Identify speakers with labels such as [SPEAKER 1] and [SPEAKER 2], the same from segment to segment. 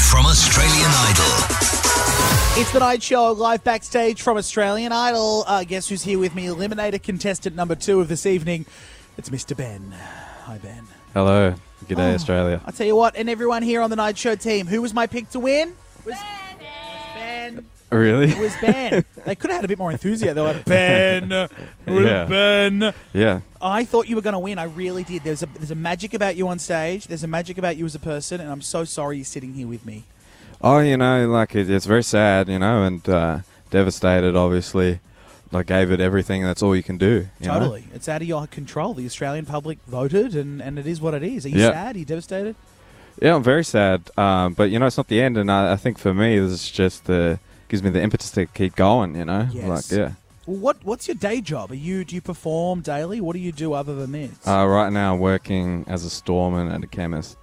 [SPEAKER 1] from Australian Idol.
[SPEAKER 2] It's the night show live backstage from Australian Idol. Uh, guess who's here with me? Eliminator contestant number two of this evening. It's Mr. Ben. Hi, Ben.
[SPEAKER 3] Hello. Good day, Australia.
[SPEAKER 2] I'll tell you what, and everyone here on the night show team, who was my pick to win? Was Ben.
[SPEAKER 3] Really?
[SPEAKER 2] It was Ben. they could have had a bit more enthusiasm. They were like, Ben. Would've
[SPEAKER 3] Yeah.
[SPEAKER 2] Ben.
[SPEAKER 3] Yeah.
[SPEAKER 2] I thought you were going to win. I really did. There's a, there's a magic about you on stage. There's a magic about you as a person, and I'm so sorry you're sitting here with me.
[SPEAKER 3] Oh, you know, like it, it's very sad, you know, and uh, devastated, obviously. I gave it everything. That's all you can do. you know?
[SPEAKER 2] Totally. It's out of your control. The Australian public voted, and, and it is what it is. Are you
[SPEAKER 3] Yeah.
[SPEAKER 2] sad? Are you devastated?
[SPEAKER 3] Yeah, I'm very sad. Um, but you know, it's not the end, and I, I think for me, this is just the gives me the impetus to keep going. You know,
[SPEAKER 2] Yes.
[SPEAKER 3] like yeah.
[SPEAKER 2] Well, what what's your day job? Are you do you perform daily? What do you do other than this?
[SPEAKER 3] Uh, right now, I'm working as a storeman at a chemist.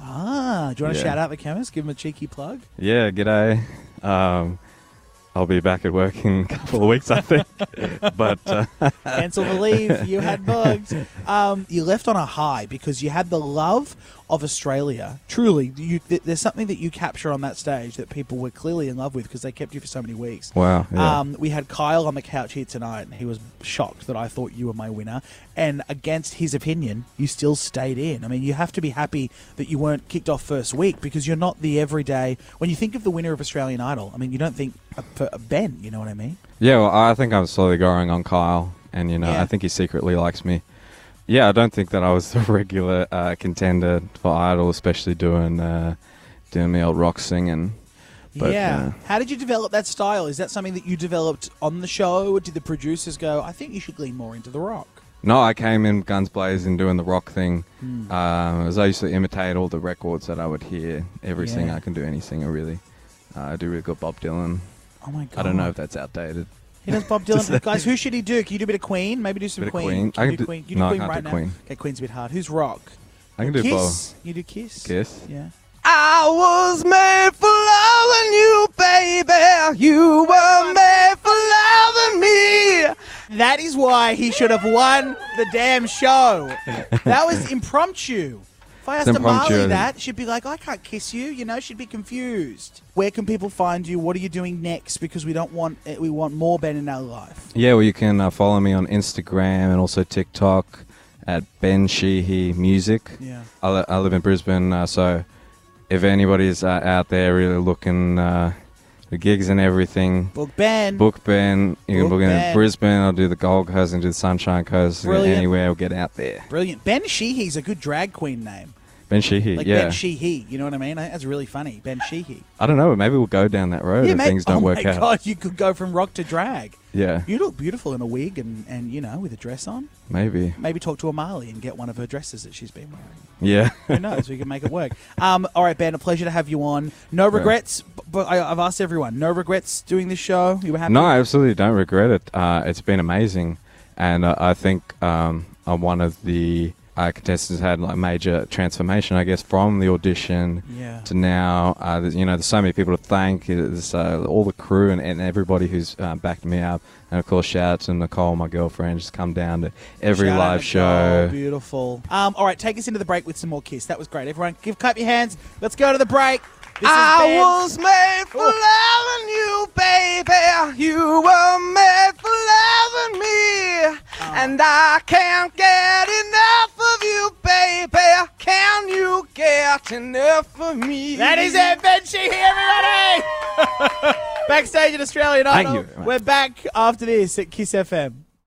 [SPEAKER 2] ah, do you want to
[SPEAKER 3] yeah.
[SPEAKER 2] shout out the chemist? Give him a cheeky plug.
[SPEAKER 3] Yeah, g'day. Um, I'll be back at work in a couple of weeks, I think. but uh,
[SPEAKER 2] Cancel the leave. You had bugs. Um, you left on a high because you had the love of Australia. Truly, you, th- there's something that you capture on that stage that people were clearly in love with because they kept you for so many weeks.
[SPEAKER 3] wow. Yeah.
[SPEAKER 2] Um, we had Kyle on the couch here tonight, and he was shocked that I thought you were my winner. And against his opinion, you still stayed in. I mean, you have to be happy that you weren't kicked off first week because you're not the everyday. When you think of the winner of Australian Idol, I mean, you don't think of of Ben. You know what I mean?
[SPEAKER 3] Yeah, well, I think I'm slowly growing on Kyle, and you know,
[SPEAKER 2] Yeah.
[SPEAKER 3] I think he secretly likes me. Yeah, I don't think that I was a regular uh, contender for Idol, especially doing uh, doing the old rock singing. But,
[SPEAKER 2] yeah.
[SPEAKER 3] uh,
[SPEAKER 2] How did you develop that style? Is that something that you developed on the show, or did the producers go, "I think you should lean more into the rock"?
[SPEAKER 3] No, I came in guns blazing doing the rock thing.
[SPEAKER 2] Hmm.
[SPEAKER 3] Um, as I used to imitate all the records that I would hear. Every
[SPEAKER 2] Yeah.
[SPEAKER 3] singer, I can do any singer really. Uh, I do really good Bob Dylan.
[SPEAKER 2] Oh my god!
[SPEAKER 3] I don't know if that's outdated.
[SPEAKER 2] He does Bob Dylan. Guys, who should he do? Can you do a bit of Queen? Maybe do some
[SPEAKER 3] Bit of
[SPEAKER 2] Queen.
[SPEAKER 3] Queen.
[SPEAKER 2] Can
[SPEAKER 3] I
[SPEAKER 2] you
[SPEAKER 3] can
[SPEAKER 2] do
[SPEAKER 3] do-
[SPEAKER 2] Queen? Can you do
[SPEAKER 3] no, I
[SPEAKER 2] Queen
[SPEAKER 3] can't
[SPEAKER 2] right
[SPEAKER 3] do
[SPEAKER 2] now?
[SPEAKER 3] Queen.
[SPEAKER 2] Okay, Queen's a bit hard. Who's rock?
[SPEAKER 3] I can do
[SPEAKER 2] Kiss. You do Kiss.
[SPEAKER 3] Bob. Kiss.
[SPEAKER 2] Yeah.
[SPEAKER 3] I was made for loving you, baby. You were made for loving me.
[SPEAKER 2] That is why he should have won the damn show. That was impromptu. If I asked
[SPEAKER 3] It's impromptu,
[SPEAKER 2] Amali
[SPEAKER 3] isn't it?
[SPEAKER 2] that, she'd be like, I can't kiss you. You know, she'd be confused. Where can people find you? What are you doing next? Because we don't want, eh, we want more Ben in our life.
[SPEAKER 3] Yeah, well, you can uh, follow me on Instagram and also TikTok at Ben Sheehy Music.
[SPEAKER 2] Yeah.
[SPEAKER 3] I, li- I live in Brisbane, uh, so if anybody's uh, out there really looking uh, the gigs and everything,
[SPEAKER 2] Book Ben.
[SPEAKER 3] book Ben.
[SPEAKER 2] Book
[SPEAKER 3] You can book in
[SPEAKER 2] Ben.
[SPEAKER 3] Brisbane. I'll do the Gold Coast and do the Sunshine Coast.
[SPEAKER 2] Brilliant.
[SPEAKER 3] Anywhere, I'll get out there.
[SPEAKER 2] Brilliant. Ben Sheehy's a good drag queen name.
[SPEAKER 3] Ben Sheehy.
[SPEAKER 2] Like
[SPEAKER 3] yeah.
[SPEAKER 2] Ben Sheehy. You know what I mean? I think That's really funny. Ben Sheehy.
[SPEAKER 3] I don't know. Maybe we'll go down that road if
[SPEAKER 2] mate.
[SPEAKER 3] things don't
[SPEAKER 2] oh
[SPEAKER 3] work
[SPEAKER 2] my
[SPEAKER 3] out.
[SPEAKER 2] God, you could go from rock to drag.
[SPEAKER 3] Yeah.
[SPEAKER 2] You look beautiful in a wig and, and you know, with a dress on.
[SPEAKER 3] Maybe.
[SPEAKER 2] Maybe talk to Amali and get one of her dresses that she's been wearing.
[SPEAKER 3] Yeah.
[SPEAKER 2] Who knows? we can make it work. Um, all right, Ben, a pleasure to have you on. No regrets, b- but I, I've asked everyone. No regrets doing this show. You were happy.
[SPEAKER 3] No, I absolutely don't regret it. Uh, it's been amazing, and uh, I think um, I'm one of the uh, contestants had like major transformation, I guess, from the audition
[SPEAKER 2] Yeah.
[SPEAKER 3] to now. Uh, there's- you know, there's so many people to thank. There's uh, all the crew and, and everybody who's uh, backed me up, and of course, shout out to Nicole, my girlfriend, she's come down to every
[SPEAKER 2] Shout out Nicole,
[SPEAKER 3] live show.
[SPEAKER 2] beautiful. Um, all right, take us into the break with some more kiss. That was great. Everyone, give clap your hands. Let's go to the break. This is Ben.
[SPEAKER 3] made for loving you, baby. You were made for loving me.
[SPEAKER 2] Oh.
[SPEAKER 3] And I can't get enough of you, baby. Can you get enough of me?
[SPEAKER 2] That is it, Ben Sheehy, everybody! Backstage at Australian
[SPEAKER 3] Thank
[SPEAKER 2] Idol.
[SPEAKER 3] you very much.
[SPEAKER 2] We're back after this at Kiss FM.